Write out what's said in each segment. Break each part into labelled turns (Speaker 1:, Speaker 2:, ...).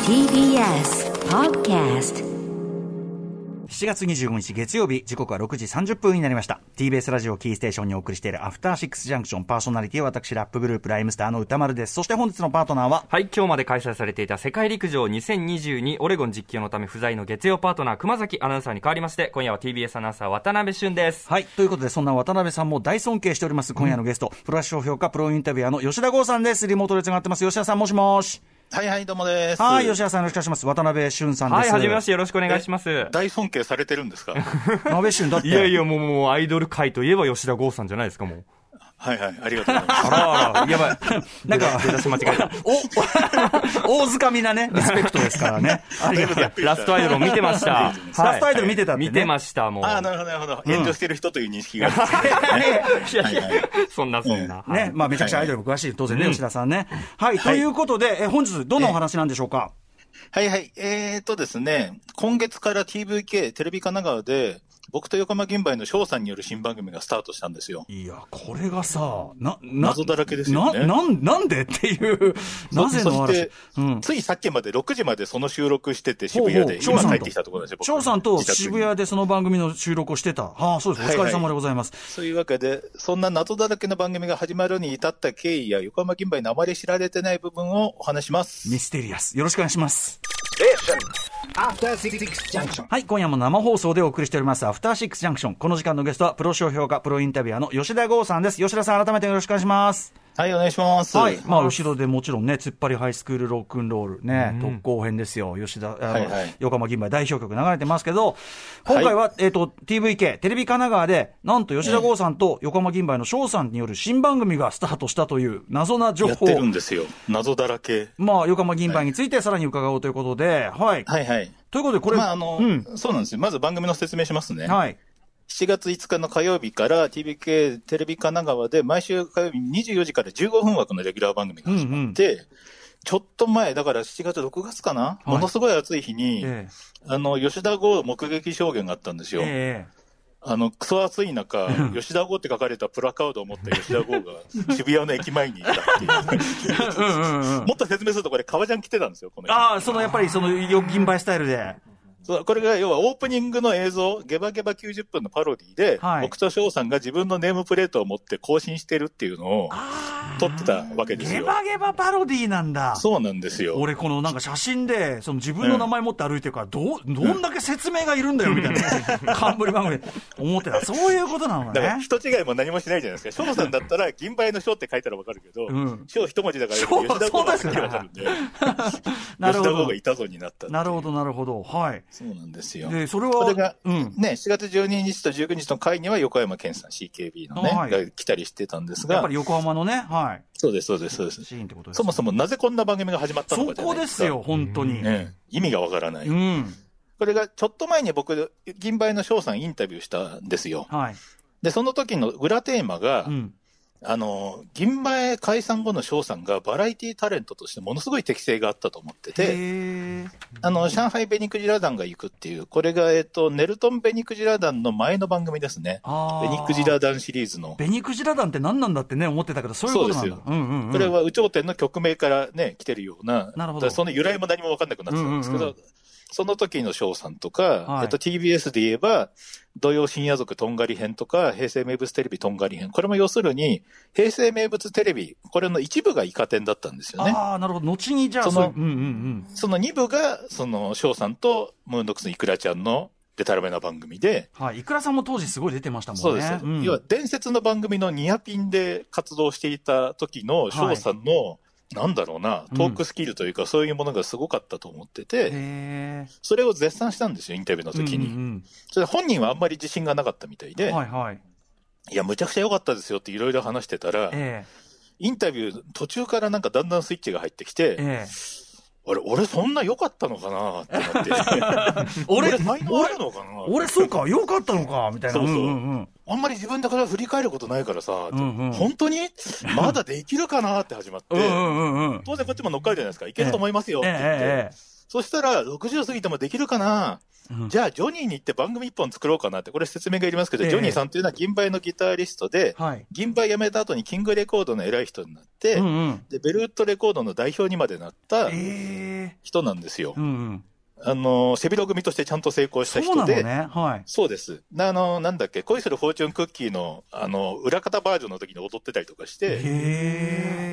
Speaker 1: TBS Podcast
Speaker 2: 7月25日月曜日、時刻は6時30分になりました。TBS ラジオキーステーションにお送りしているアフターシックスジャンクションパーソナリティは私、ラップグループライムスターの歌丸です。そして本日のパートナーは、
Speaker 3: はい、今日まで開催されていた世界陸上2022オレゴン実況のため不在の月曜パートナー熊崎アナウンサーに代わりまして、今夜は TBS アナウンサー渡辺俊です。
Speaker 2: はい。ということで、そんな渡辺さんも大尊敬しております、今夜のゲスト、プロ商評価プロインタビュアーの吉田剛さんです。リモートで繋がってます。吉田さん、もしもし。
Speaker 4: はいはい、どうもです。
Speaker 2: はい、吉田さんよろしくお願いします。渡辺俊さんで
Speaker 3: は
Speaker 2: す。
Speaker 3: い、はじめまして、よろしくお願いします。
Speaker 4: 大尊敬されてるん ですか
Speaker 2: 渡辺俊だって。
Speaker 3: いやいや、もう、もう、アイドル界といえば吉田剛さんじゃないですか、もう。
Speaker 4: はいはい、ありがとうございます。
Speaker 3: あらあら、や ばい。
Speaker 2: なんか
Speaker 3: 出だし間違えた。
Speaker 2: お、 大掴みな ね、リスペクトですからね。ありがとう。
Speaker 3: ラストアイドルを見てました。
Speaker 2: ラストアイドル見てたってね
Speaker 3: 見てました、もう。
Speaker 4: ああ、なるほど、なるほど。炎上してる人という 認識があるんですね。
Speaker 3: いやいやそんなそんな。はい
Speaker 2: ね、まあめちゃくちゃアイドルも詳しい、当然ね、吉田さんね。はい、ということで、え本日、どのお話なんでしょうか。
Speaker 4: はいはい。えーとですね、今月から TVK、テレビ神奈川で、僕と横浜銀杯の翔さんによる新番組がスタートしたんですよ。
Speaker 2: いや、これがさ、な、な
Speaker 4: 謎だらけですよね
Speaker 2: な、なん、なんでっていう、なぜ
Speaker 4: そ
Speaker 2: の
Speaker 4: そして
Speaker 2: 嵐。うん。
Speaker 4: ついさっきまで6時までその収録してて渋谷で、
Speaker 2: ほうほう
Speaker 4: 今帰ってきたところなんですよ、
Speaker 2: 翔さんと
Speaker 4: 自宅に
Speaker 2: 渋谷でその番組の収録をしてた。ああ、そうです。お疲れ様でございます。
Speaker 4: そういうわけで、そんな謎だらけの番組が始まるに至った経緯や横浜銀杯のあまり知られてない部分をお話します。
Speaker 2: ミステリアス。よろしくお願いします。
Speaker 5: After Six Junction.
Speaker 2: はい、今夜も生放送でお送りしております、アフターシックスジャンクション。この時間のゲストは、プロ商評価、プロインタビュアーの吉田剛さんです。吉田さん、改めてよろしくお願いします。
Speaker 4: はい、お願いします。
Speaker 2: はい。まあ、後ろでもちろんね、突っ張りハイスクールロックンロールね、特攻編ですよ。吉田、あの、
Speaker 4: はいはい
Speaker 2: 横浜銀杯代表曲流れてますけど、今回は、えっ、と、TVK、テレビ神奈川で、なんと吉田剛さんと横浜銀杯の翔さんによる新番組がスタートしたという謎な情
Speaker 4: やっ
Speaker 2: 報
Speaker 4: てるんですよ。謎だらけ。
Speaker 2: まあ、横浜銀杯についてさらに伺おうということで、はい。
Speaker 4: はいはい。
Speaker 2: ということで、これ、
Speaker 4: まあ、あの、
Speaker 2: うん。
Speaker 4: そうなんですよ。まず番組の説明しますね。
Speaker 2: はい。
Speaker 4: 7月5日の火曜日から TBK テレビ神奈川で毎週火曜日24時から15分枠のレギュラー番組が始まって、ちょっと前、だから7月、6月かな、
Speaker 2: い
Speaker 4: ものすごい暑い日に、
Speaker 2: え
Speaker 4: あの、吉田豪目撃証言があったんです
Speaker 2: え
Speaker 4: よ。
Speaker 2: え
Speaker 4: あの、クソ暑い中、吉田豪って書かれたプラカードを持った吉田豪が渋谷の駅前にいた っていう。
Speaker 2: えうんうんうん。
Speaker 4: もっと説明するとこれ、革ジャン着てたんですよ、この人
Speaker 2: ああ、その、やっぱり、その、よ銀杯スタイルで。
Speaker 4: そうこれが要はオープニングの映像、ゲバゲバ90分のパロディで、
Speaker 2: はい
Speaker 4: 僕と翔さんが自分のネームプレートを持って更新してるっていうのを撮ってたわけです
Speaker 2: ゲ
Speaker 4: よ。
Speaker 2: バゲバパロディなんだ。
Speaker 4: そうなんですよ。
Speaker 2: 俺、このなんか写真で、その自分の名前持って歩いてるから、どう、どんだけ説明がいるんだよ、みたいな、 冠番組で思ってた。そういうことなの
Speaker 4: だから
Speaker 2: ね。
Speaker 4: 人違いも何もしないじゃないですか。翔さんだったら銀杯の翔って書いたらわかるけど
Speaker 2: うん、
Speaker 4: 翔、一文字だから
Speaker 2: 翔
Speaker 4: 吉田剛がはっきりわかるんで、
Speaker 2: なるほ
Speaker 4: 吉田剛
Speaker 2: ど
Speaker 4: が。いたぞになったっていう
Speaker 2: なるほど、なるほど。はい。
Speaker 4: そうなんですよ。
Speaker 2: で、それ
Speaker 4: これ
Speaker 2: は
Speaker 4: が、、
Speaker 2: うん。
Speaker 4: ね、4月12日と19日の会には横山健さん CKB のね、
Speaker 2: はい
Speaker 4: が来たりしてたんです
Speaker 2: やっぱ
Speaker 4: が
Speaker 2: り、横浜のね、は
Speaker 4: そうです、そうです、そうです
Speaker 2: い。。シーンってことです
Speaker 4: そ
Speaker 2: ね。
Speaker 4: もそもなぜこんな番組が始まったのかじ
Speaker 2: そ
Speaker 4: ゃな
Speaker 2: こ
Speaker 4: いで
Speaker 2: ですす
Speaker 4: か。
Speaker 2: よ、本当に。
Speaker 4: ね意味がわからない。
Speaker 2: うん。
Speaker 4: これがちょっと前に僕、銀杯の翔さんインタビューしたんですよ。
Speaker 2: はい。
Speaker 4: で、その時の裏テーマが、
Speaker 2: うん。
Speaker 4: あの、銀杯解散後の翔さんがバラエティタレントとしてものすごい適性があったと思ってて、
Speaker 2: へー
Speaker 4: あの、上海ベニクジラ団が行くっていう、これが、えっと、ネルトンベニクジラ団の前の番組ですね。
Speaker 2: あ
Speaker 4: ベ
Speaker 2: ー
Speaker 4: ニクジラ。団シリーズの。
Speaker 2: ベニクジラ団って何なんだってね、思ってたけど、そういうことなんだ
Speaker 4: そう。です
Speaker 2: うんうんうん。
Speaker 4: これは、宇頂天の曲名からね、来てるような、
Speaker 2: なるほど
Speaker 4: だからその由来も何も分かんなくなってたんですけど、
Speaker 2: うんうん
Speaker 4: その時の翔さんとか、
Speaker 2: はい
Speaker 4: えっと、TBS で言えば、土曜深夜族とんがり編とか、平成名物テレビとんがり編、これも要するに、平成名物テレビ、これの一部がイカ天だったんですよね。
Speaker 2: ああ、なるほど。後にじゃあ、
Speaker 4: その
Speaker 2: そううんうんうん。
Speaker 4: その二部が、その翔さんとムーンドックスのイクラちゃんのデタラメな番組で、
Speaker 2: はい。いくらさんも当時すごい出てましたもんね。
Speaker 4: そうです、
Speaker 2: ん
Speaker 4: 要は伝説の番組のニアピンで活動していた時の翔さんの、なんだろうな、トークスキルというか、そういうものがすごかったと思ってて、
Speaker 2: へえ。
Speaker 4: それを絶賛したんですよ、インタビューの時に。
Speaker 2: うんうん
Speaker 4: それで本人はあんまり自信がなかったみたい
Speaker 2: うん
Speaker 4: で、
Speaker 2: はいはい。
Speaker 4: い、や、むちゃくちゃ良かったですよっていろいろ話してたら、
Speaker 2: え
Speaker 4: インタビュー途中からなんかだんだんスイッチが入ってきて
Speaker 2: え、ええ。
Speaker 4: あれ、俺そんな良かったのかなってなって、
Speaker 2: 俺、
Speaker 4: 才能あるのかな
Speaker 2: 俺そうか、よかったのか、みたいな。
Speaker 4: そうそう
Speaker 2: うんうん
Speaker 4: あんまり自分だから振り返ることないからさ、
Speaker 2: うんうん
Speaker 4: 本当にまだできるかなって始まって、
Speaker 2: うんうんうんうん。
Speaker 4: 当然こっちも乗っかるじゃないですか。いけると思いますよっ
Speaker 2: え
Speaker 4: て
Speaker 2: え
Speaker 4: 言って。
Speaker 2: ええええ。
Speaker 4: そしたら、60過ぎてもできるかなじゃあ、ジョニーに行って番組一本作ろうかなって、これ説明がいりますけど、
Speaker 2: ええ
Speaker 4: ジョニーさんというのは銀杯のギタリストで、
Speaker 2: はい。
Speaker 4: 銀杯辞めた後にキングレコードの偉い人になって、
Speaker 2: うんうん。
Speaker 4: でベルウッドレコードの代表にまでなった
Speaker 2: ええ
Speaker 4: 人なんですよ。
Speaker 2: うんうん。
Speaker 4: あの、背広組としてちゃんと成功した
Speaker 2: そうな
Speaker 4: 人
Speaker 2: の
Speaker 4: で、
Speaker 2: ね。はい。
Speaker 4: そうです。なあの、なんだっけ、恋するフォーチュンクッキーの、あの、裏方バージョンの時に踊ってたりとかして、
Speaker 2: へ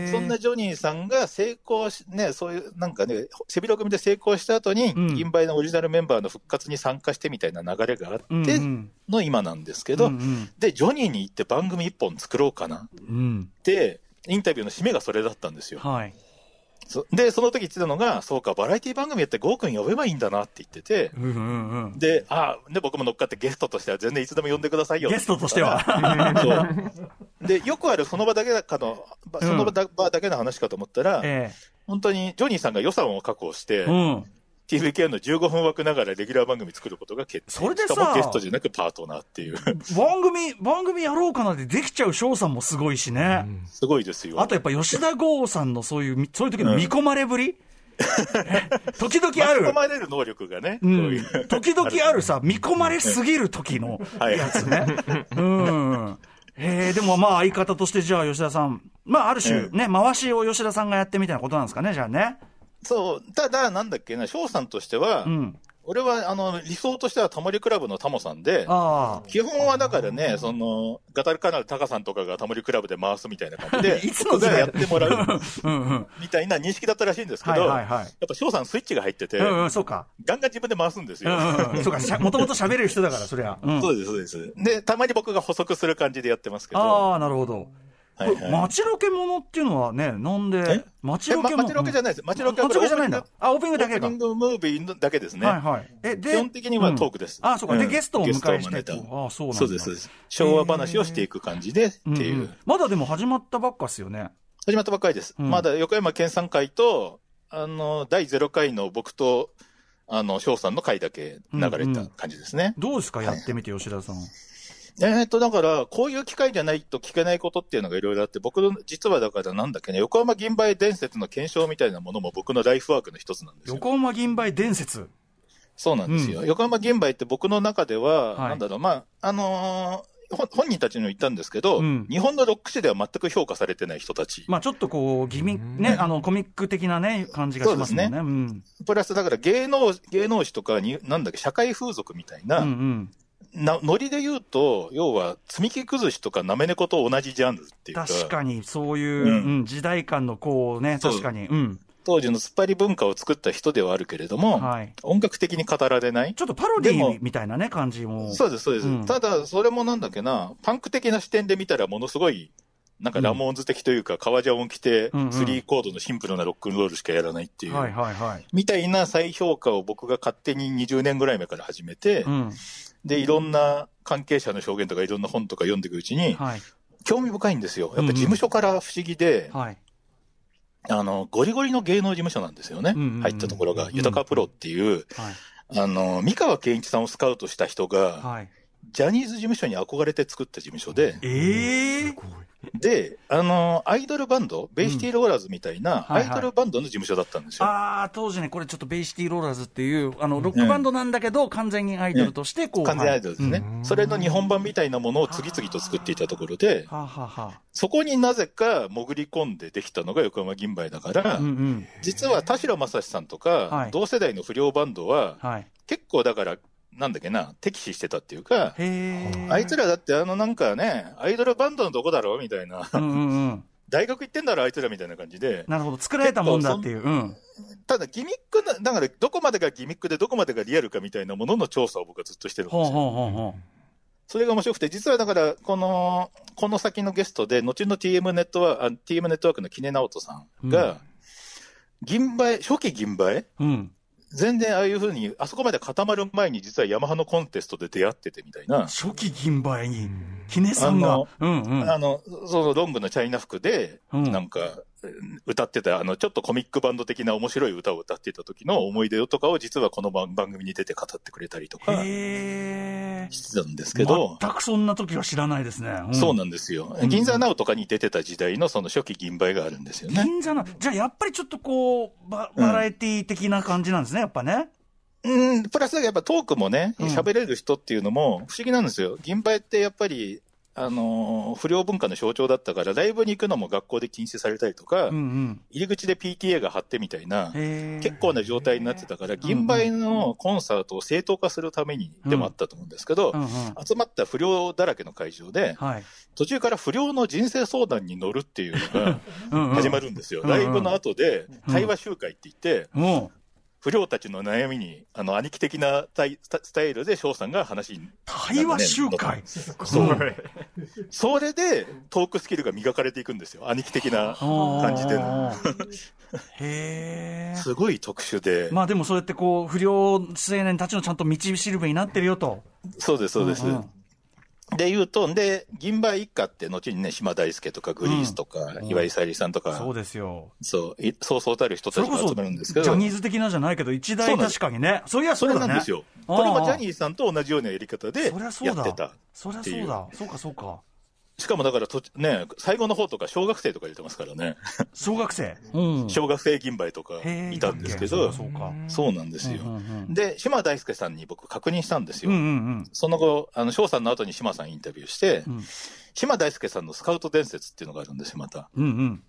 Speaker 2: え。
Speaker 4: そんなジョニーさんが成功し、ね、そういう、なんかね、背広組で成功した後に、
Speaker 2: うん
Speaker 4: 銀杯のオリジナルメンバーの復活に参加してみたいな流れがあって
Speaker 2: うんうん、
Speaker 4: の今なんですけど、
Speaker 2: うんうん
Speaker 4: で、ジョニーに行って番組一本作ろうかなっ
Speaker 2: うん。
Speaker 4: て、インタビューの締めがそれだったんですよ。
Speaker 2: はい。
Speaker 4: そで、その時言ってたのが、そうか、バラエティ番組やってゴーくん呼べばいいんだなって言ってて、
Speaker 2: うんうんうん。
Speaker 4: で、あで、僕も乗っかってゲストとしては全然いつでも呼んでくださいよ。
Speaker 2: ゲストとしては。
Speaker 4: そう。で、よくあるその場だけだかの、ば
Speaker 2: うん
Speaker 4: その場だ場だけの話かと思ったら、
Speaker 2: え
Speaker 4: 本当にジョニーさんが予算を確保して、
Speaker 2: え。うん。
Speaker 4: TVK の15分枠ながらレギュラー番組作ることが決定。
Speaker 2: それでさ
Speaker 4: しかもゲストじゃなくパートナーっていう。
Speaker 2: 番組、番組やろうかなってできちゃう翔さんもすごいしね。
Speaker 4: すごいですよ。
Speaker 2: あとやっぱ吉田剛さんのそういうみ、そういう時の見込まれぶり、 時々あ
Speaker 4: 巻き
Speaker 2: る
Speaker 4: 込。まれる能力がね、
Speaker 2: う
Speaker 4: そう
Speaker 2: ん
Speaker 4: いう。
Speaker 2: 時々あるさ、見込まれすぎる時の
Speaker 4: はい
Speaker 2: やつ ね。うん。えー、でもまあ相方としてじゃあ吉田さん、まあある種ね、回しを吉田さんがやってみたいなことなんですかね、じゃあね。
Speaker 4: そう、ただ、なんだっけな、翔さんとしては、
Speaker 2: うん。
Speaker 4: 俺はあの理想としてはタモリクラブのタモさんで、
Speaker 2: ああ。
Speaker 4: 基本はだからね、そのガタルカナルタカさんとかがタモリクラブで回すみたいな感じで、
Speaker 2: いつの時代
Speaker 4: やっても らう
Speaker 2: うんうん。
Speaker 4: みたいな認識だったらしいんですけ
Speaker 2: はい
Speaker 4: ど、
Speaker 2: はいはい
Speaker 4: やっぱ翔さん、スイッチが入ってて、
Speaker 2: うんうん、そうか。
Speaker 4: ガンガン自分で回すんです
Speaker 2: う
Speaker 4: よ。
Speaker 2: んうんうん。そうかしゃ、もともと喋れる人だから、そりゃ。うん。
Speaker 4: そうです、そうです。で、たまに僕が補足する感じでやってますけど、
Speaker 2: ああ、なるほど。
Speaker 4: はいはい
Speaker 2: 街ロケものっていうのはね、なんで
Speaker 4: え、
Speaker 2: 街
Speaker 4: え
Speaker 2: ロ
Speaker 4: ま
Speaker 2: ケも
Speaker 4: 街ロケじゃないです。街ロケは
Speaker 2: 街ロケじゃないんだ
Speaker 4: こ。
Speaker 2: あ、オープニン
Speaker 4: れ
Speaker 2: グだけ
Speaker 4: オープ
Speaker 2: か
Speaker 4: ニン。グムービーのだけですね。
Speaker 2: はいはい。え、で
Speaker 4: 基本的にはトークです
Speaker 2: うんあ、そうか。で、
Speaker 4: うん
Speaker 2: ゲストをお迎えし
Speaker 4: ゲ
Speaker 2: て
Speaker 4: ストを招い。た
Speaker 2: あ、そうなんだ。
Speaker 4: そうです、そうです。昭和話をしていく感じでって
Speaker 2: うんうん
Speaker 4: いう。
Speaker 2: まだでも始まったばっかっすよね。
Speaker 4: 始まったばっかりです。
Speaker 2: うん
Speaker 4: まだ横山健さん会と、あの、第0回の僕と、あの、翔さんの会だけ流れた感じですね。
Speaker 2: どうですかやってみて、吉田さん。
Speaker 4: えーっと、だから、こういう機会じゃないと聞けないことっていうのがいろいろあって、僕の、実はだからなんだっけね、横浜銀杯伝説の検証みたいなものも僕のライフワークの一つなんですよ。
Speaker 2: 横浜銀杯伝説。
Speaker 4: そうなんですよ。
Speaker 2: う
Speaker 4: 横浜銀杯って僕の中では、
Speaker 2: はい
Speaker 4: なんだろう、まあ、あのーほ本人たちにも言ったんですけど、
Speaker 2: うん
Speaker 4: 日本のロック誌では全く評価されてない人たち。
Speaker 2: まあちょっとこう、ギミ
Speaker 3: うん
Speaker 2: ね、あの、コミック的なね、感じがしますもんね。うん。
Speaker 4: プラスだから芸能、芸能誌とかに、なんだっけ、社会風俗みたいな、
Speaker 2: うんうん。
Speaker 4: なノリで言うと、要は、積み木崩しとかなめ猫と同じジャンルっていうか、
Speaker 2: 確かに、そういう、
Speaker 4: うん
Speaker 2: うん、時代感のこうね、
Speaker 4: そう
Speaker 2: 確かに。うん。
Speaker 4: 当時の突っ張り文化を作った人ではあるけれども、
Speaker 2: はい
Speaker 4: 音楽的に語られない
Speaker 2: ち。ょっとパロディ
Speaker 4: でも
Speaker 2: ーみたいなね、感じも。
Speaker 4: そうです、そうです。
Speaker 2: うん
Speaker 4: ただ、それもなんだっけな、パンク的な視点で見たら、ものすごい、なんかラモーンズ的というか、革ジャンを着て、
Speaker 2: うんうん
Speaker 4: スリーコードのシンプルなロックンロールしかやらないっていう、
Speaker 2: はいはいはい。
Speaker 4: みたいな再評価を僕が勝手に20年ぐらい前から始めて、
Speaker 2: うん。
Speaker 4: で、いろんな関係者の証言とかいろんな本とか読んでいくうちに、
Speaker 2: はい。
Speaker 4: 興味深いんですよ。や
Speaker 2: う
Speaker 4: っ
Speaker 2: んう
Speaker 4: ぱ
Speaker 2: ん
Speaker 4: 事務所から不思議で、
Speaker 2: はい。
Speaker 4: あの、ゴリゴリの芸能事務所なんですよね。
Speaker 2: うんうんうん
Speaker 4: 入ったところ
Speaker 2: う
Speaker 4: が、
Speaker 2: ん
Speaker 4: 豊かプロっていう、
Speaker 2: はい。
Speaker 4: あの、三河健一さんをスカウトした人が、
Speaker 2: はい。
Speaker 4: ジャニーズ事務所に憧れて作った事務所で、
Speaker 2: ええ
Speaker 4: で、あの、アイドルバンド、ベイシティローラーズみたい
Speaker 2: は
Speaker 4: な、
Speaker 2: い
Speaker 4: ア
Speaker 2: はい
Speaker 4: イドルバンドの事務所だったんですよ。
Speaker 2: ああ、当時ね、これちょっとベイシティローラーズっていう、あの、ロックバンドなんだけど、完全にアイドルとして、こう。
Speaker 4: 完全アイドルですね、
Speaker 3: はいうん
Speaker 4: それの日本版みたいなものを次々と作っていたところで、
Speaker 2: はい。はあはあは
Speaker 4: そこになぜか潜り込んでできたのが横浜銀杯だから、
Speaker 2: あ。うんうん。
Speaker 4: 実は田代正史さんと
Speaker 2: は
Speaker 4: か
Speaker 2: い、
Speaker 4: 同世代の不良バンドは、
Speaker 2: はい。
Speaker 4: 結構だから、なんだっけな、敵視してたっていうか、
Speaker 2: へえ。
Speaker 4: あいつらだってあのなんかね、アイドルバンドのどこだろうみたいな、
Speaker 2: うんうんうん。
Speaker 4: 大学行ってんだろあいつらみたいな感じで、
Speaker 2: なるほど。作られたもんだっていう。うん。
Speaker 4: ただギミックな、だからどこまでがギミックでどこまでがリアルかみたいなものの調査を僕はずっとしてるんです
Speaker 2: ほう
Speaker 4: よ。
Speaker 2: ほうほうほ
Speaker 4: それが面白くて、実はだから、この、この先のゲストで、後の TM ネットワーク、TM ネットワークの杵直人さん
Speaker 2: うん
Speaker 4: が、銀杯、初期銀杯
Speaker 2: う。うん。
Speaker 4: 全然ああいうふうに、あそこまで固まる前に実はヤマハのコンテストで出会っててみたいな、
Speaker 2: 初期銀杯に、キネさんが
Speaker 4: あの。
Speaker 2: うんうん。
Speaker 4: あの、そのロングのチャイナ服で、
Speaker 2: うん
Speaker 4: なんか、歌ってた、あの、ちょっとコミックバンド的な面白い歌を歌ってた時の思い出とかを実はこの番番組に出て語ってくれたりとか
Speaker 2: へえ。
Speaker 4: してたんですけど、
Speaker 2: 全くそんな時は知らないですね。
Speaker 4: そう
Speaker 2: な
Speaker 4: なんですよ。銀座ナウとかに出てた時代のその初期銀杯があるんですよね。
Speaker 2: 銀座の、じゃあやっぱりちょっとこう、ババラエティー的な感じなんですね、やっぱね。
Speaker 4: うん、プラスやっぱトークもね、喋れる人っていうのも不思議なんですよ。銀杯ってやっぱり、あのー不良文化の象徴だったから、ライブに行くのも学校で禁止されたりとか、
Speaker 2: うんうん。
Speaker 4: 入り口で PTA が貼ってみたいな、
Speaker 2: へー
Speaker 4: 結構な状態になってたから、銀杯のコンサートを正当化するためにでもあったと思うんですけど、
Speaker 2: うんうん。
Speaker 4: 集まった不良だらけの会場で、
Speaker 2: はい。
Speaker 4: 途中から不良の人生相談に乗るっていうの が
Speaker 2: うんうん
Speaker 4: 始まるんですよ。
Speaker 2: うん
Speaker 4: ライブの後で、
Speaker 2: うん
Speaker 4: 対話集会って言って、
Speaker 2: もう、
Speaker 4: 不良たちの悩みに、あの、兄貴的なタイスタスタイルで翔さんが話に、
Speaker 2: 対話集会。
Speaker 4: そうそれでトークスキルが磨かれていくんですよ。兄貴的な感じで
Speaker 2: お
Speaker 4: の。
Speaker 2: ー。へー
Speaker 4: すごい特殊で。
Speaker 2: まあでもそうやってこう、不良青年たちのちゃんと道しるべになってるよと。
Speaker 4: そうです、そうです。
Speaker 2: んん
Speaker 4: で、言うと、で、銀杯一家って、後にね、島大輔とか、グリースとか、
Speaker 2: うん
Speaker 4: 岩井さゆりさんとか、
Speaker 2: そうですよ。
Speaker 4: そう、いそうそうたる人
Speaker 2: それ
Speaker 4: たち
Speaker 2: こ
Speaker 4: が
Speaker 2: そ、
Speaker 4: 集まるんですけ
Speaker 2: ジ
Speaker 4: ど、
Speaker 2: ャニーズ的なじゃないけど、一
Speaker 4: そ
Speaker 2: 大
Speaker 4: うなんです
Speaker 2: 確かにね。そういや、
Speaker 4: そ
Speaker 2: そう
Speaker 4: れ
Speaker 2: だね。
Speaker 4: なんですよ。
Speaker 2: ああ
Speaker 4: これもジャニーさんと同じようなやり方で
Speaker 2: そりゃそう
Speaker 4: や
Speaker 2: だ
Speaker 4: ってた。
Speaker 2: そりゃそうだ。そうか、そうか。
Speaker 4: しかもだからと、ね、最後の方とか、小学生とか入れてますからね、
Speaker 2: 小学生。うん。
Speaker 4: 小学生銀杯とか
Speaker 2: へー
Speaker 4: いたんですけ
Speaker 2: そうか
Speaker 4: ど、
Speaker 2: そうか。
Speaker 4: そうなんですよ。
Speaker 2: うんうんうん
Speaker 4: で、島大輔さんに僕、確認したんです
Speaker 2: うん
Speaker 4: よ。
Speaker 2: うん
Speaker 4: その後、あの、翔さんの後に島さんインタビューして、
Speaker 2: うん
Speaker 4: 島大輔さんのスカウト伝説っていうのがあるんですよ、また。
Speaker 2: うん。うんうん。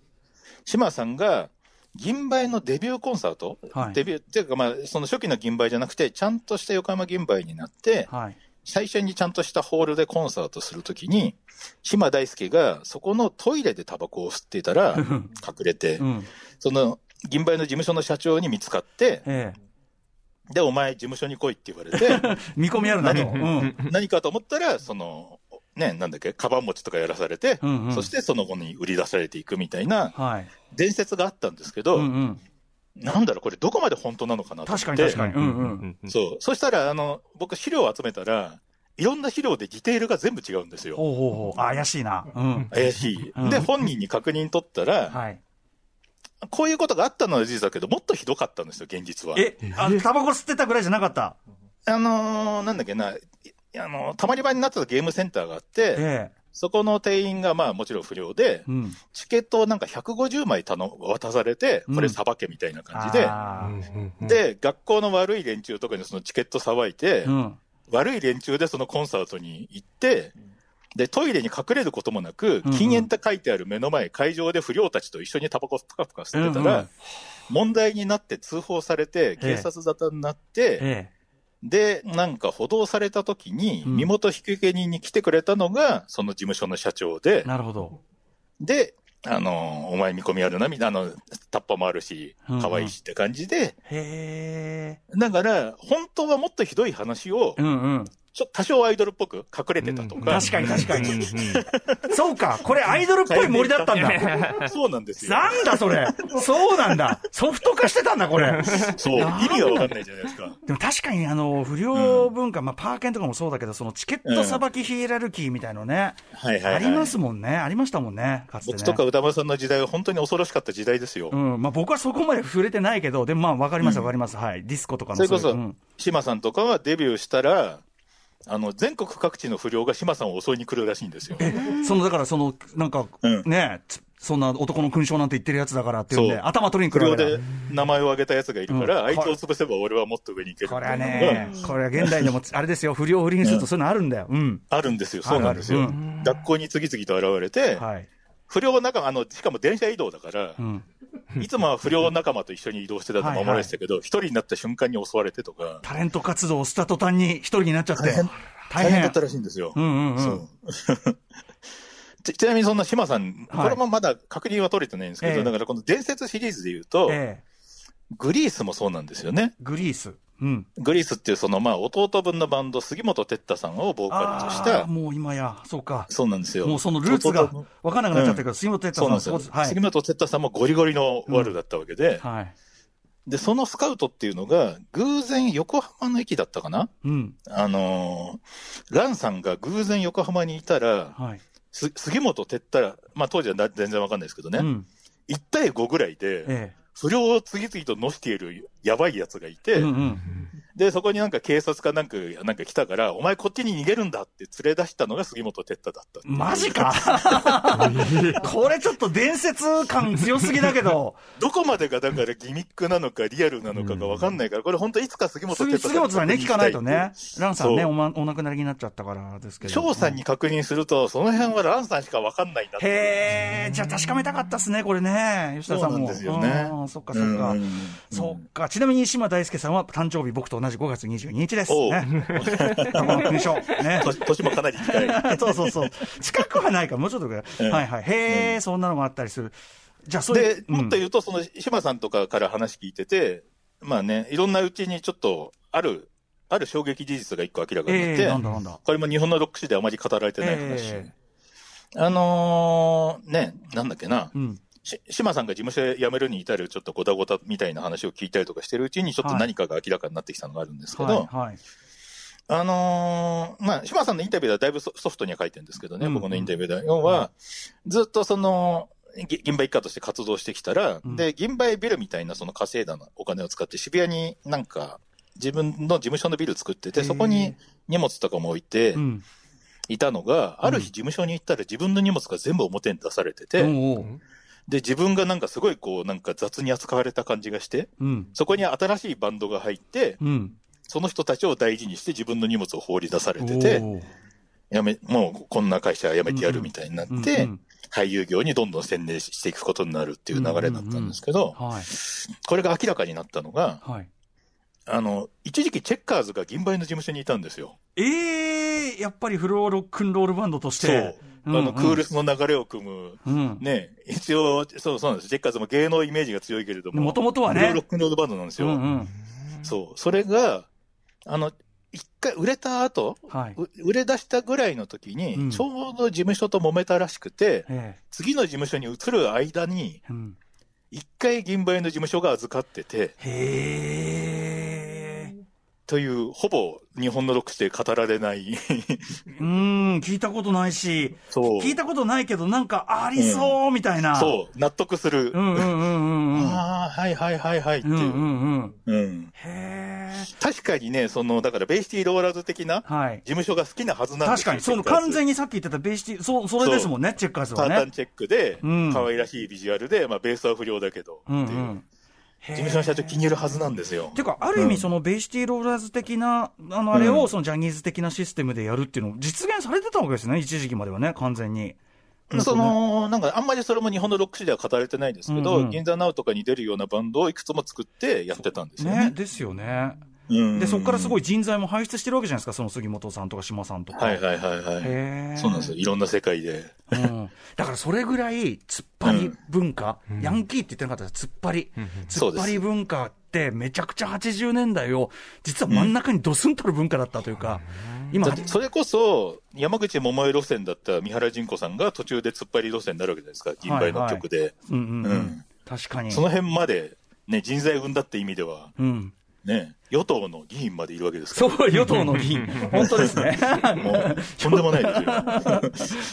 Speaker 4: 島さんが、銀杯のデビューコンサート、
Speaker 2: はい
Speaker 4: デビューっていうか、まあ、その初期の銀杯じゃなくて、ちゃんとした横浜銀杯になって、
Speaker 2: はい。
Speaker 4: 最初にちゃんとしたホールでコンサートするときに、島大輔がそこのトイレでタバコを吸ってい たら、隠れて
Speaker 2: う、ん。
Speaker 4: その銀杯の事務所の社長に見つかって、
Speaker 2: ええ。
Speaker 4: で、お前、事務所に来いって言われて、
Speaker 2: 見込みあるなと。う
Speaker 4: 何
Speaker 2: ん。
Speaker 4: 何かと思ったら、その、ね、なんだっけ、カバン持ちとかやらされて、
Speaker 2: うんうん
Speaker 4: そしてその後に売り出されていくみたいな
Speaker 2: はい。
Speaker 4: 伝説があったんですけど、
Speaker 2: うんうん。
Speaker 4: なんだろう、これどこまで本当なのかなと思っ
Speaker 2: 確
Speaker 4: て。
Speaker 2: かに確かに。うんうん。
Speaker 4: そう。そしたら、あの、僕資料を集めたら、いろんな資料でディテールが全部違うんですよ。
Speaker 2: ほうほうほう。あ怪しいな。うん。
Speaker 4: 怪し
Speaker 2: うん
Speaker 4: い。で、本人に確認取ったら、
Speaker 2: はい。
Speaker 4: こういうことがあったのは事実だけど、もっとひどかったんですよ、現実は。
Speaker 2: え、あタバコ吸ってたぐらいじゃなかった。
Speaker 4: あのーなんだっけな、いあのーたまり場になってたゲームセンターがあって、
Speaker 2: え
Speaker 4: そこの店員が、まあもちろん不良で
Speaker 2: え。、うん。
Speaker 4: チケットをなんか150枚頼渡されて、これさばけみたいな感じで、
Speaker 2: あ
Speaker 4: で、学校の悪い連中とかにそのチケットさばいて、
Speaker 2: ーうん。
Speaker 4: 悪い連中でそのコンサートに行って、で、トイレに隠れることもなく
Speaker 2: うんうん、
Speaker 4: 禁煙って書いてある目の前、会場で不良たちと一緒にタバコプカプカ吸ってた
Speaker 2: うんう
Speaker 4: ら
Speaker 2: ん、
Speaker 4: 問題になって通報されて、警察沙汰になって、
Speaker 2: え
Speaker 4: で、なんか補導された時に、
Speaker 2: うん
Speaker 4: 身元引受人に来てくれたのが、その事務所の社長で
Speaker 2: え。、なるほど。
Speaker 4: で、あの、お前見込みあるな、みたいな、あの、タッパもあるし
Speaker 2: うんうん、
Speaker 4: 可愛いしって感じで、
Speaker 2: へえ。
Speaker 4: だから、本当はもっとひどい話を
Speaker 2: う、んうん。
Speaker 4: ちょ多少アイドルっぽく隠れてたとか、
Speaker 2: 確かに確かに。そうか、これアイドルっぽい森だったん だ。
Speaker 4: そうなんですよ。
Speaker 2: なんだそれそうなんだソフト化してたんだこれ
Speaker 4: そう。意味がわかんないじゃないですか。
Speaker 2: でも確かにあの、不良文化、まあパーケンとかもそうだけど、そのチケットさばきヒエラルキーみたいのね、
Speaker 4: はいはい、はい。
Speaker 2: ありますもんね、ありましたもんね、かつてね。
Speaker 4: 僕とか歌丸さんの時代は本当に恐ろしかった時代ですよ。
Speaker 2: うん、まあ僕はそこまで触れてないけど、でもまあわかりますわかります、はい。ディスコとかの
Speaker 4: それこ
Speaker 2: ういうう
Speaker 4: そ
Speaker 2: ん、
Speaker 4: 島さんとかはデビューしたら、あの、全国各地の不良が島さんを襲いに来るらしいんですよ。
Speaker 2: えそのだからその、なんか、
Speaker 4: うん
Speaker 2: ね、つそんな男の勲章なんて言ってるやつだからっていうんで、
Speaker 4: そう
Speaker 2: 頭取りに来
Speaker 4: 不
Speaker 2: る
Speaker 4: 良
Speaker 2: わけだ
Speaker 4: で名前を挙げたやつがいるか
Speaker 2: う
Speaker 4: ら、
Speaker 2: ん
Speaker 4: あいつを潰せば俺はもっと上に行ける
Speaker 2: こ
Speaker 4: み
Speaker 2: れ
Speaker 4: た
Speaker 2: はい
Speaker 4: なのが
Speaker 2: ね、これは現代 でも、あれですよ、不良を売りにするとそういうのあるんだよ。うん。
Speaker 4: あるんですよ。そうなんですよ。
Speaker 2: あるあるう
Speaker 4: 学校に次々と現れて、
Speaker 2: はい。
Speaker 4: 不良仲間、あの、しかも電車移動だから
Speaker 2: う、ん。
Speaker 4: いつもは不良仲間と一緒に移動してたと守られてたけど、一人になった瞬間に襲われてとか、
Speaker 2: タレント活動をした途端に一人になっちゃって。大
Speaker 4: 大変だ
Speaker 2: 変
Speaker 4: った。らしいんですよ。
Speaker 2: うんうんうん
Speaker 4: そう ち ちなみにそんな島さん、
Speaker 2: はい
Speaker 4: これもまだ確認は取れてないんですけど、
Speaker 2: ええ
Speaker 4: だからこの伝説シリーズで言うと、
Speaker 2: ええ。
Speaker 4: グリースもそうなんですよね。
Speaker 2: グリース。うん。
Speaker 4: グリースっていうそのまあ弟分のバンド、杉本哲太さんをボーカルとし
Speaker 2: あ
Speaker 4: た
Speaker 2: ー、もう今や、そうか。
Speaker 4: そうなんですよ。
Speaker 2: もうそのルーツが
Speaker 4: 弟分
Speaker 2: 分からなくなっちゃってるから、杉本哲
Speaker 4: そうなんで
Speaker 2: 太
Speaker 4: す
Speaker 2: さんす
Speaker 4: よ。
Speaker 2: ごい。は
Speaker 4: 杉
Speaker 2: い。
Speaker 4: 本哲太さんもゴリゴリのワルだったわけで、
Speaker 2: はい。
Speaker 4: で、そのスカウトっていうのが、偶然横浜の駅だったかな
Speaker 2: うん。
Speaker 4: あのーランさんが偶然横浜にいたら、
Speaker 2: はい。
Speaker 4: す杉本哲太ら、まあ当時はな全然わかんないですけどね、
Speaker 2: うん。
Speaker 4: 1対5ぐらいで、
Speaker 2: え
Speaker 4: 不良を次々と乗しているやばいやつがい
Speaker 2: え。
Speaker 4: て、
Speaker 2: うんうん。
Speaker 4: で、そこになんか警察かなんかなんか来たから、お前こっちに逃げるんだって連れ出したのが杉本哲太だったっていう。
Speaker 2: マジ かこれちょっと伝説感強すぎだけど、
Speaker 4: どこまでがだからギミックなのかリアルなのかがわかんないから、これ本当いつか杉本哲
Speaker 2: 杉
Speaker 4: 太
Speaker 2: 杉本さんね、聞かないとね。ランさんね、
Speaker 4: そう
Speaker 2: お,、ま、お亡くなりになっちゃったからですけど。
Speaker 4: 翔さんに確認すると、その辺はランさんしかわかんないんだって。
Speaker 2: へえ、じゃあ確かめたかったっすね、これね。吉田さんも。
Speaker 4: そうなんですよね
Speaker 2: うんそっかそっか。
Speaker 4: うんうんうん
Speaker 2: そっか。ちなみに島大輔さんは誕生日僕と同じ5月22日です。
Speaker 4: おう
Speaker 2: ね。玉の勲章。ね。
Speaker 4: 年年もかなり近 い。
Speaker 2: そうそうそう。近くはないから、もうちょっとぐらい。
Speaker 4: うん
Speaker 2: はいはい。へえ、そんなのがあったりする。じゃあ、それ
Speaker 4: で、もっと言うと、その、島さんとかから話聞いてて、まあね、いろんなうちにちょっと、ある、ある衝撃事実が一個明らかになっ
Speaker 2: え
Speaker 4: て、
Speaker 2: えなんだなんだ。
Speaker 4: これも日本のロック史であまり語られてない話。
Speaker 2: え
Speaker 4: あのー、ね、なんだっけな
Speaker 2: え、うん。
Speaker 4: し島さんが事務所辞めるに至るちょっとごたごたみたいな話を聞いたりとかしてるうちに、ちょっと
Speaker 2: はい
Speaker 4: 何かが明らかになってきたのがあるんですけど、
Speaker 2: はいはい。
Speaker 4: あのーまあ、島さんのインタビューではだいぶソソフトには書いてるんですけどね、
Speaker 2: うん
Speaker 4: 僕のインタビューでは。要は、ずっとその、ぎ銀杯一家として活動してきたら、
Speaker 2: うん
Speaker 4: で、銀杯ビルみたいなその稼いだのお金を使って渋谷になんか、自分の事務所のビル作って
Speaker 2: へ
Speaker 4: て、
Speaker 2: ー
Speaker 4: そこに荷物とかも置いて
Speaker 2: うん。
Speaker 4: いたのが、
Speaker 2: うん
Speaker 4: ある日事務所に行ったら自分の荷物が全部表に出されてて、
Speaker 2: おうおう
Speaker 4: で、自分がなんかすごいこう、なんか雑に扱われた感じがして、
Speaker 2: うん。
Speaker 4: そこに新しいバンドが入って、
Speaker 2: うん。
Speaker 4: その人たちを大事にして自分の荷物を放り出されてて、
Speaker 2: おう
Speaker 4: やめ、もうこんな会社は辞めてやるみたいになって、
Speaker 2: うんうん
Speaker 4: 俳優業にどんどん専念していくことになるっていう流れだったんですけど、
Speaker 2: はい。
Speaker 4: これが明らかになったのが、
Speaker 2: はい。
Speaker 4: あの、一時期チェッカーズが銀杯の事務所にいたんですよ。
Speaker 2: ええやっぱりフローロックンロールバンドとして。
Speaker 4: そう。
Speaker 2: ん
Speaker 4: あの、クール。スの流れを組む、
Speaker 2: うん。
Speaker 4: ね、一応、そうそうなんです。チェッカーズも芸能イメージが強いけれども、
Speaker 2: もともとは
Speaker 4: プロ
Speaker 2: ね
Speaker 4: ロッ。クンロールバンドなんです
Speaker 2: う
Speaker 4: よ。
Speaker 2: んうん。
Speaker 4: そう。それが、あの、一回売れた後、
Speaker 2: はい。
Speaker 4: う売れ出したぐらいの時に、
Speaker 2: うん
Speaker 4: ちょうど事務所と揉めたらしくて、
Speaker 2: え
Speaker 4: 次の事務所に移る間に、
Speaker 2: えうん。
Speaker 4: 一回銀杯の事務所が預かってて、
Speaker 2: へえ。
Speaker 4: という、ほぼ日本のロック史で語ら れない。
Speaker 2: うん、聞いたことないし、
Speaker 4: そう。
Speaker 2: 聞いたことないけど、なんかありそう、みたいな。
Speaker 4: そう、納得する。
Speaker 2: うんうんうんうんうん。
Speaker 4: ああ、はいはいはいはいって
Speaker 2: う
Speaker 4: い
Speaker 2: んう
Speaker 4: う。
Speaker 2: んうん。
Speaker 4: うん
Speaker 2: へえ。
Speaker 4: 確かにね、その、だから、ベイシティローラーズ的な事
Speaker 2: はい。
Speaker 4: 務所が好きなはずなんで
Speaker 2: 確
Speaker 4: す
Speaker 2: かに、その完全にさっき言ってたベーシティ、そう、それですもんね、チェッカーズ
Speaker 4: パ
Speaker 2: は
Speaker 4: ータ
Speaker 2: ね
Speaker 4: ン。チェックで、
Speaker 2: うん
Speaker 4: 可愛らしいビジュアルで、まあ、ベースは不良だけど、って
Speaker 2: う
Speaker 4: い
Speaker 2: んう
Speaker 4: う。
Speaker 2: ん。へ
Speaker 4: 事
Speaker 2: え
Speaker 4: 務所の社長気に入るはずなんですよ。
Speaker 2: てか、ある意
Speaker 4: う
Speaker 2: 味、
Speaker 4: ん
Speaker 2: その、ベイシティローラーズ的な、あの、あれ
Speaker 4: う
Speaker 2: を、
Speaker 4: ん
Speaker 2: その、ジャニーズ的なシステムでやるっていうのを、実現されてたわけですね、一時期まではね、完全に。
Speaker 4: その、なんか、あんまりそれも日本のロック史では語られてないですけど、
Speaker 2: うんうん
Speaker 4: 銀座ナウとかに出るようなバンドをいくつも作ってやってたんですよ
Speaker 2: ね、
Speaker 4: ね。
Speaker 2: ですよね。
Speaker 4: うん
Speaker 2: で、そこからすご
Speaker 4: い。
Speaker 2: い人材も輩出してるわけじゃないですか、その杉本さんとか島さんとか。
Speaker 4: はいはいはいは
Speaker 2: へえ。
Speaker 4: い。そうなんですよ。いろんな世界で。
Speaker 2: うんだからそれぐらい、突っ張り文化、ヤンキーって言ってなかったです突っ張り、突
Speaker 4: そう
Speaker 2: っ
Speaker 4: です
Speaker 2: 張り文化って、めちゃくちゃ80年代を、実は真ん中にドスンとる文化だったというか、今
Speaker 4: だっ、てそれこそ、山口百恵路線だった三原仁子さんが途中で突っ張り路線になるわけじゃないですか、銀杯の曲で。
Speaker 2: うんうんう
Speaker 4: うんん、
Speaker 2: 確かに。
Speaker 4: その辺まで、ね、人材運だって意味では、
Speaker 2: うん、
Speaker 4: ね、与党の議員までいるわけですか
Speaker 2: そ
Speaker 4: ら。
Speaker 2: う、与党の議 員、本当ですね。
Speaker 4: もう、とんでもないですよ。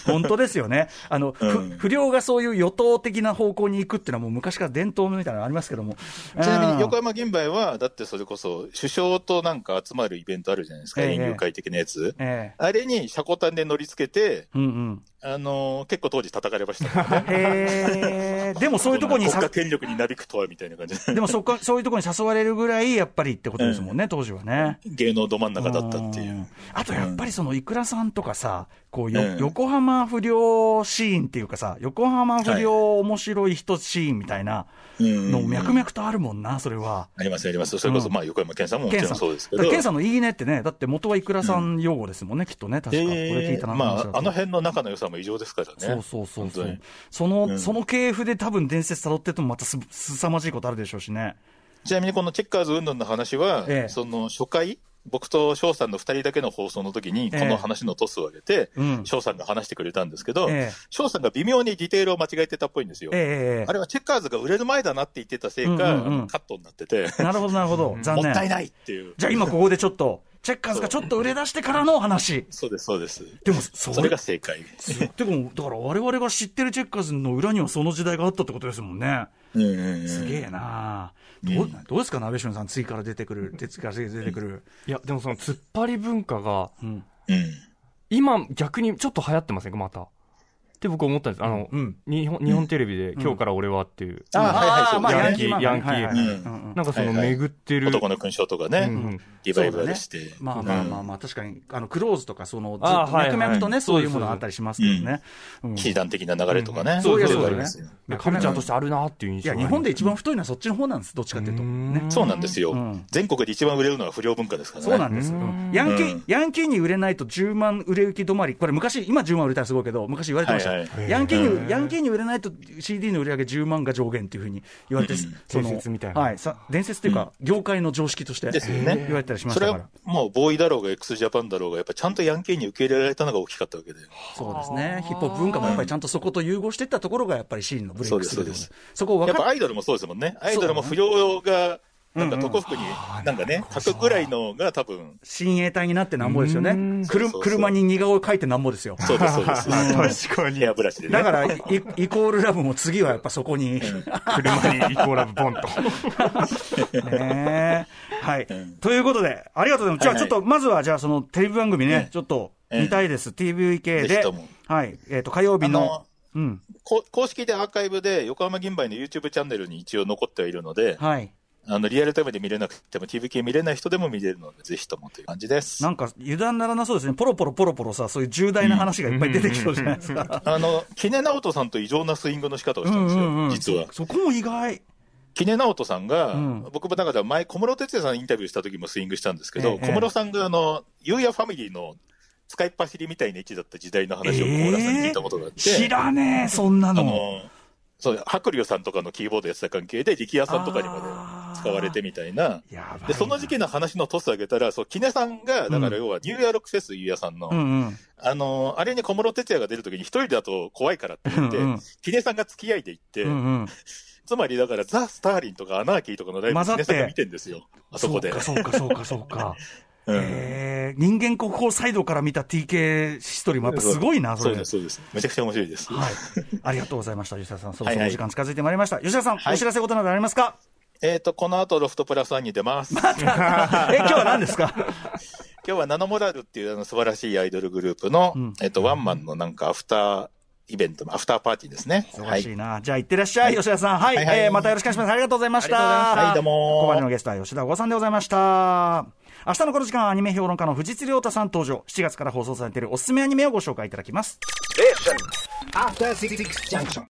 Speaker 2: 本当ですよね。あの、ふ
Speaker 4: うん
Speaker 2: 不良がそういう与党的な方向に行くっていうのはもう昔から伝統みたいなのありますけども。
Speaker 4: ちなみ
Speaker 2: うん
Speaker 4: に横山銀杯は、だってそれこそ、首相となんか集まるイベントあるじゃないですか、
Speaker 2: ええ
Speaker 4: 園遊会的なやつ。
Speaker 2: ええ
Speaker 4: あれに、車庫端で乗り付けて、
Speaker 2: うんうん。
Speaker 4: あのー結構当時叩かれましたからね
Speaker 2: へえ。でもそういうとこに
Speaker 4: 国
Speaker 2: さ
Speaker 4: 家権力になびくとは、みたいな感じ で。
Speaker 2: でもそこ、そういうところに誘われるぐらい、やっぱりってことですもんね、当時はね。
Speaker 4: 芸能ど真ん中だったってい
Speaker 2: ん
Speaker 4: う。
Speaker 2: あとやっぱりその、いくらさんとかさ、こうよ、
Speaker 4: うん
Speaker 2: 横浜不良シーンっていうかさ、横浜不良面白い人シーンみたいな
Speaker 4: うん
Speaker 2: のも脈々とあるもんな、それは。
Speaker 4: ありますあります。それこそ、
Speaker 2: うん
Speaker 4: まあ、横山健さんもも
Speaker 2: ケ
Speaker 4: ち
Speaker 2: ン
Speaker 4: ろ
Speaker 2: さん。
Speaker 4: んそうですけ
Speaker 2: だ
Speaker 4: ど。
Speaker 2: からケンさんのいいねってね、だって元はいくらさん用語ですもんね、きっとね、確か。これ聞い
Speaker 4: え
Speaker 2: たなと思
Speaker 4: ー
Speaker 2: い
Speaker 4: ま
Speaker 2: ま
Speaker 4: あ、あの
Speaker 2: したけど
Speaker 4: 辺の仲の良さも異常ですからね。
Speaker 2: そうそうそうそ
Speaker 4: 本
Speaker 2: う。その、
Speaker 4: うん
Speaker 2: その系譜で多分伝説辿っててもまたす、すさまじいことあるでしょうしね。
Speaker 4: ちなみにこのチェッカーズ云々の話は、
Speaker 2: ええ
Speaker 4: その初回、僕と翔さんの2人だけの放送の時に、
Speaker 2: ええ
Speaker 4: この話のトスを上げて
Speaker 2: うん、
Speaker 4: 翔、さんが話してくれたんですけど、翔、
Speaker 2: ええ
Speaker 4: さんが微妙にディテールを間違えてたっぽいんですよ。
Speaker 2: ええ
Speaker 4: あれはチェッカーズが売れる前だなって言ってたせいか、
Speaker 2: うんうんうん
Speaker 4: カットになってて、
Speaker 2: なるほど、なるほど。残
Speaker 4: も
Speaker 2: 念。
Speaker 4: ったいないっていう。
Speaker 2: じゃあ今ここでちょっと、チェッカーズがちょっと売れ出してからの話。
Speaker 4: そうです、そうです。
Speaker 2: でも、そ
Speaker 4: それが正解。
Speaker 2: すでも、だから我々が知ってるチェッカーズの裏にはその時代があったってことですもんね。
Speaker 4: うん
Speaker 2: すげえなどうどうですか、ナベシュンさん、次から出てくる、次から出てくる、
Speaker 3: いや、でもその突っ張り文化が、
Speaker 2: うん
Speaker 4: うん。
Speaker 3: 今逆にちょっと流行ってませんか、また。って僕思ったんです。あの、
Speaker 2: うん
Speaker 3: 日本日本テレビで、今日から俺はっていう。
Speaker 4: あはいはい、
Speaker 2: あ
Speaker 4: そ
Speaker 2: ー
Speaker 4: う
Speaker 2: まあ、
Speaker 3: ヤ
Speaker 2: ヤ
Speaker 3: ン
Speaker 2: ン
Speaker 3: キ
Speaker 2: キ
Speaker 3: ー
Speaker 2: ー漫画、
Speaker 3: ヤンキー
Speaker 2: はいはいはい
Speaker 4: うん
Speaker 2: うん
Speaker 3: なんかその
Speaker 4: はいはい
Speaker 3: 巡ってる。
Speaker 4: 男の勲章とかね、
Speaker 3: うん
Speaker 4: リバイバルして。
Speaker 2: まあまあまあまあ、確かに、あの、クローズとか、その、ずっ
Speaker 3: あ
Speaker 2: と
Speaker 3: ーはいはい
Speaker 2: 脈々とね、そういうものあったりしますけどね。うん
Speaker 4: 騎士団的な流れとかね。
Speaker 2: そういうや
Speaker 4: い
Speaker 2: つ
Speaker 4: ろいろあり
Speaker 2: で
Speaker 4: ますす
Speaker 2: よ
Speaker 4: よ
Speaker 2: ね。
Speaker 3: いやカルチャーとしてあるなっていう印
Speaker 2: い
Speaker 3: 象
Speaker 2: や、
Speaker 3: が
Speaker 2: 日本で一番太いのはそっちの方なんです、どっちかっていうと。ね。
Speaker 4: そうなんですよ、
Speaker 2: うん
Speaker 4: 全国で一番売れるのは不良文化ですからね。
Speaker 2: そうなんですよ。ヤンキー、ヤンキーに売れないと10万売れ行き止まり。これ昔、今10万売れたらすごいけど、昔言われてました。
Speaker 4: はいは
Speaker 2: ヤンキーに、ヤンキーに売れないと CD の売り上げ10万が上限っていうふうに言われて、その
Speaker 3: 伝説みたいな
Speaker 2: はい。さ伝説というか、業界の常識として
Speaker 4: ですよね
Speaker 2: 言われたりしまし
Speaker 4: そ
Speaker 2: た
Speaker 4: れ
Speaker 2: から
Speaker 4: は。もうボーイだろうが x ジャパンだろうが、やっぱちゃんとヤンキーに受け入れられたのが大きかったわけで。
Speaker 2: そうですね。ヒップホップ文化もやっぱりちゃんとそこと融合していったところが、やっぱりシーンのブレイクするところ
Speaker 4: そうですそう
Speaker 2: そこを
Speaker 4: や
Speaker 2: 分
Speaker 4: っ
Speaker 2: か
Speaker 4: ぱ
Speaker 2: っ
Speaker 4: アイドルもそうですもんね。アイドルも不良が、なんか床服に、なんかね、書くぐらいのが多分、
Speaker 2: 親衛隊になってなんぼですよね。
Speaker 4: そうそう
Speaker 2: 車
Speaker 4: そう
Speaker 2: 車に似顔絵描いてなんぼですよ。
Speaker 4: そうです、そうで す。
Speaker 3: 確かに
Speaker 4: ヘアブラシでね。
Speaker 2: だから、いイコールラブも次はやっぱそこ に。
Speaker 3: 車にイコーラブボンと。
Speaker 2: ねえはい
Speaker 4: ん。
Speaker 2: ということで、ありがとうございます。じゃあ
Speaker 4: はい
Speaker 2: ちょ
Speaker 4: は
Speaker 2: っと、
Speaker 4: い
Speaker 2: まずは、じゃあそのテレビ番組ね、ちょっと見たいです。TVK
Speaker 4: ぜひ
Speaker 2: で
Speaker 4: とも、
Speaker 2: はい。えっと、火曜日
Speaker 4: あ
Speaker 2: の
Speaker 4: の、
Speaker 2: うん。
Speaker 4: こ公式でアーカイブで、横浜銀杯の YouTube チャンネルに一応残ってはいるので、
Speaker 2: はい。
Speaker 4: あの、リアルタイムで見れなくても、TVK 見れない人でも見れるので、ぜひともという感じです。
Speaker 2: なんか油断ならなそうですね。ポロポロポロポロさ、そういう重大な話がいっぱい出てきそうじゃないですか。
Speaker 4: あの、キネナオトさんと異常なスイングの仕方をした
Speaker 2: うんん
Speaker 4: ですよ、
Speaker 2: うんうん。
Speaker 4: 実は。
Speaker 2: そこも意外。
Speaker 4: キネナオトさんが、
Speaker 2: うん
Speaker 4: 僕もだから前、小室哲哉さんインタビューした時もスイングしたんですけ
Speaker 2: え
Speaker 4: ど、
Speaker 2: え
Speaker 4: 小室さんがあの、ゆうやファミリーの使いっ走りみたいな位置だった時代の話をコーラスに聞いたことがあって、
Speaker 2: 知らねえ、そんな
Speaker 4: あ
Speaker 2: の。
Speaker 4: の、そう、白龍さんとかのキーボードやってた関係で、力也さんとかに
Speaker 2: あ
Speaker 4: ま
Speaker 2: ー
Speaker 4: で使われてみたいな。
Speaker 2: やばいな
Speaker 4: で、その時期の話のトス上げたら、そう、キネさんが、だから要はニューヨークフェスゆうやさんの、
Speaker 2: うんうん。
Speaker 4: あの、あれに小室哲哉が出るときに一人だと怖いからって言って、
Speaker 2: うんうん
Speaker 4: キネさんが付き合いで行って、
Speaker 2: うんうん。
Speaker 4: つまりだからザ・スターリンとかアナーキーとかのライブ
Speaker 2: 混ざっ
Speaker 4: キ
Speaker 2: て
Speaker 4: ネさんが見てんですよ。あそこで。
Speaker 2: そうか、そうか、そうか、そうか。
Speaker 4: うん
Speaker 2: えー人間国宝サイドから見た TK シトリもやっぱすごいな、そ
Speaker 4: そう
Speaker 2: れ
Speaker 4: です、。そうです。めちゃくちゃ面白いです。
Speaker 2: はい。ありがとうございました、吉田さん。そろ
Speaker 4: はい
Speaker 2: そろ
Speaker 4: はい
Speaker 2: お時間近づいてまいりました。吉田さん、
Speaker 4: はい
Speaker 2: お知らせことなどあります か
Speaker 4: えっ、と、この後ロフトプラスワンに出ます。
Speaker 2: え、今日は何ですか
Speaker 4: 今日はナノモラルっていうあの素晴らしいアイドルグループの、
Speaker 2: ん
Speaker 4: えっと、ワンマンのなんかアフターイベント、アフターパーティーですね。は
Speaker 2: 忙
Speaker 4: い。
Speaker 2: しいな。じゃあ、行ってらっしゃい、吉田さん。はい。
Speaker 4: はいはい
Speaker 2: えーまたよろしくお願いします。ありがとうございました。
Speaker 4: はい、どうもー。
Speaker 2: ここまでのゲストは吉田剛さんでございました。明日のこの時間はアニメ評論家の藤津亮太さん登場。7月から放送されているおすすめアニメをご紹介いただきます。
Speaker 5: After Six Junction.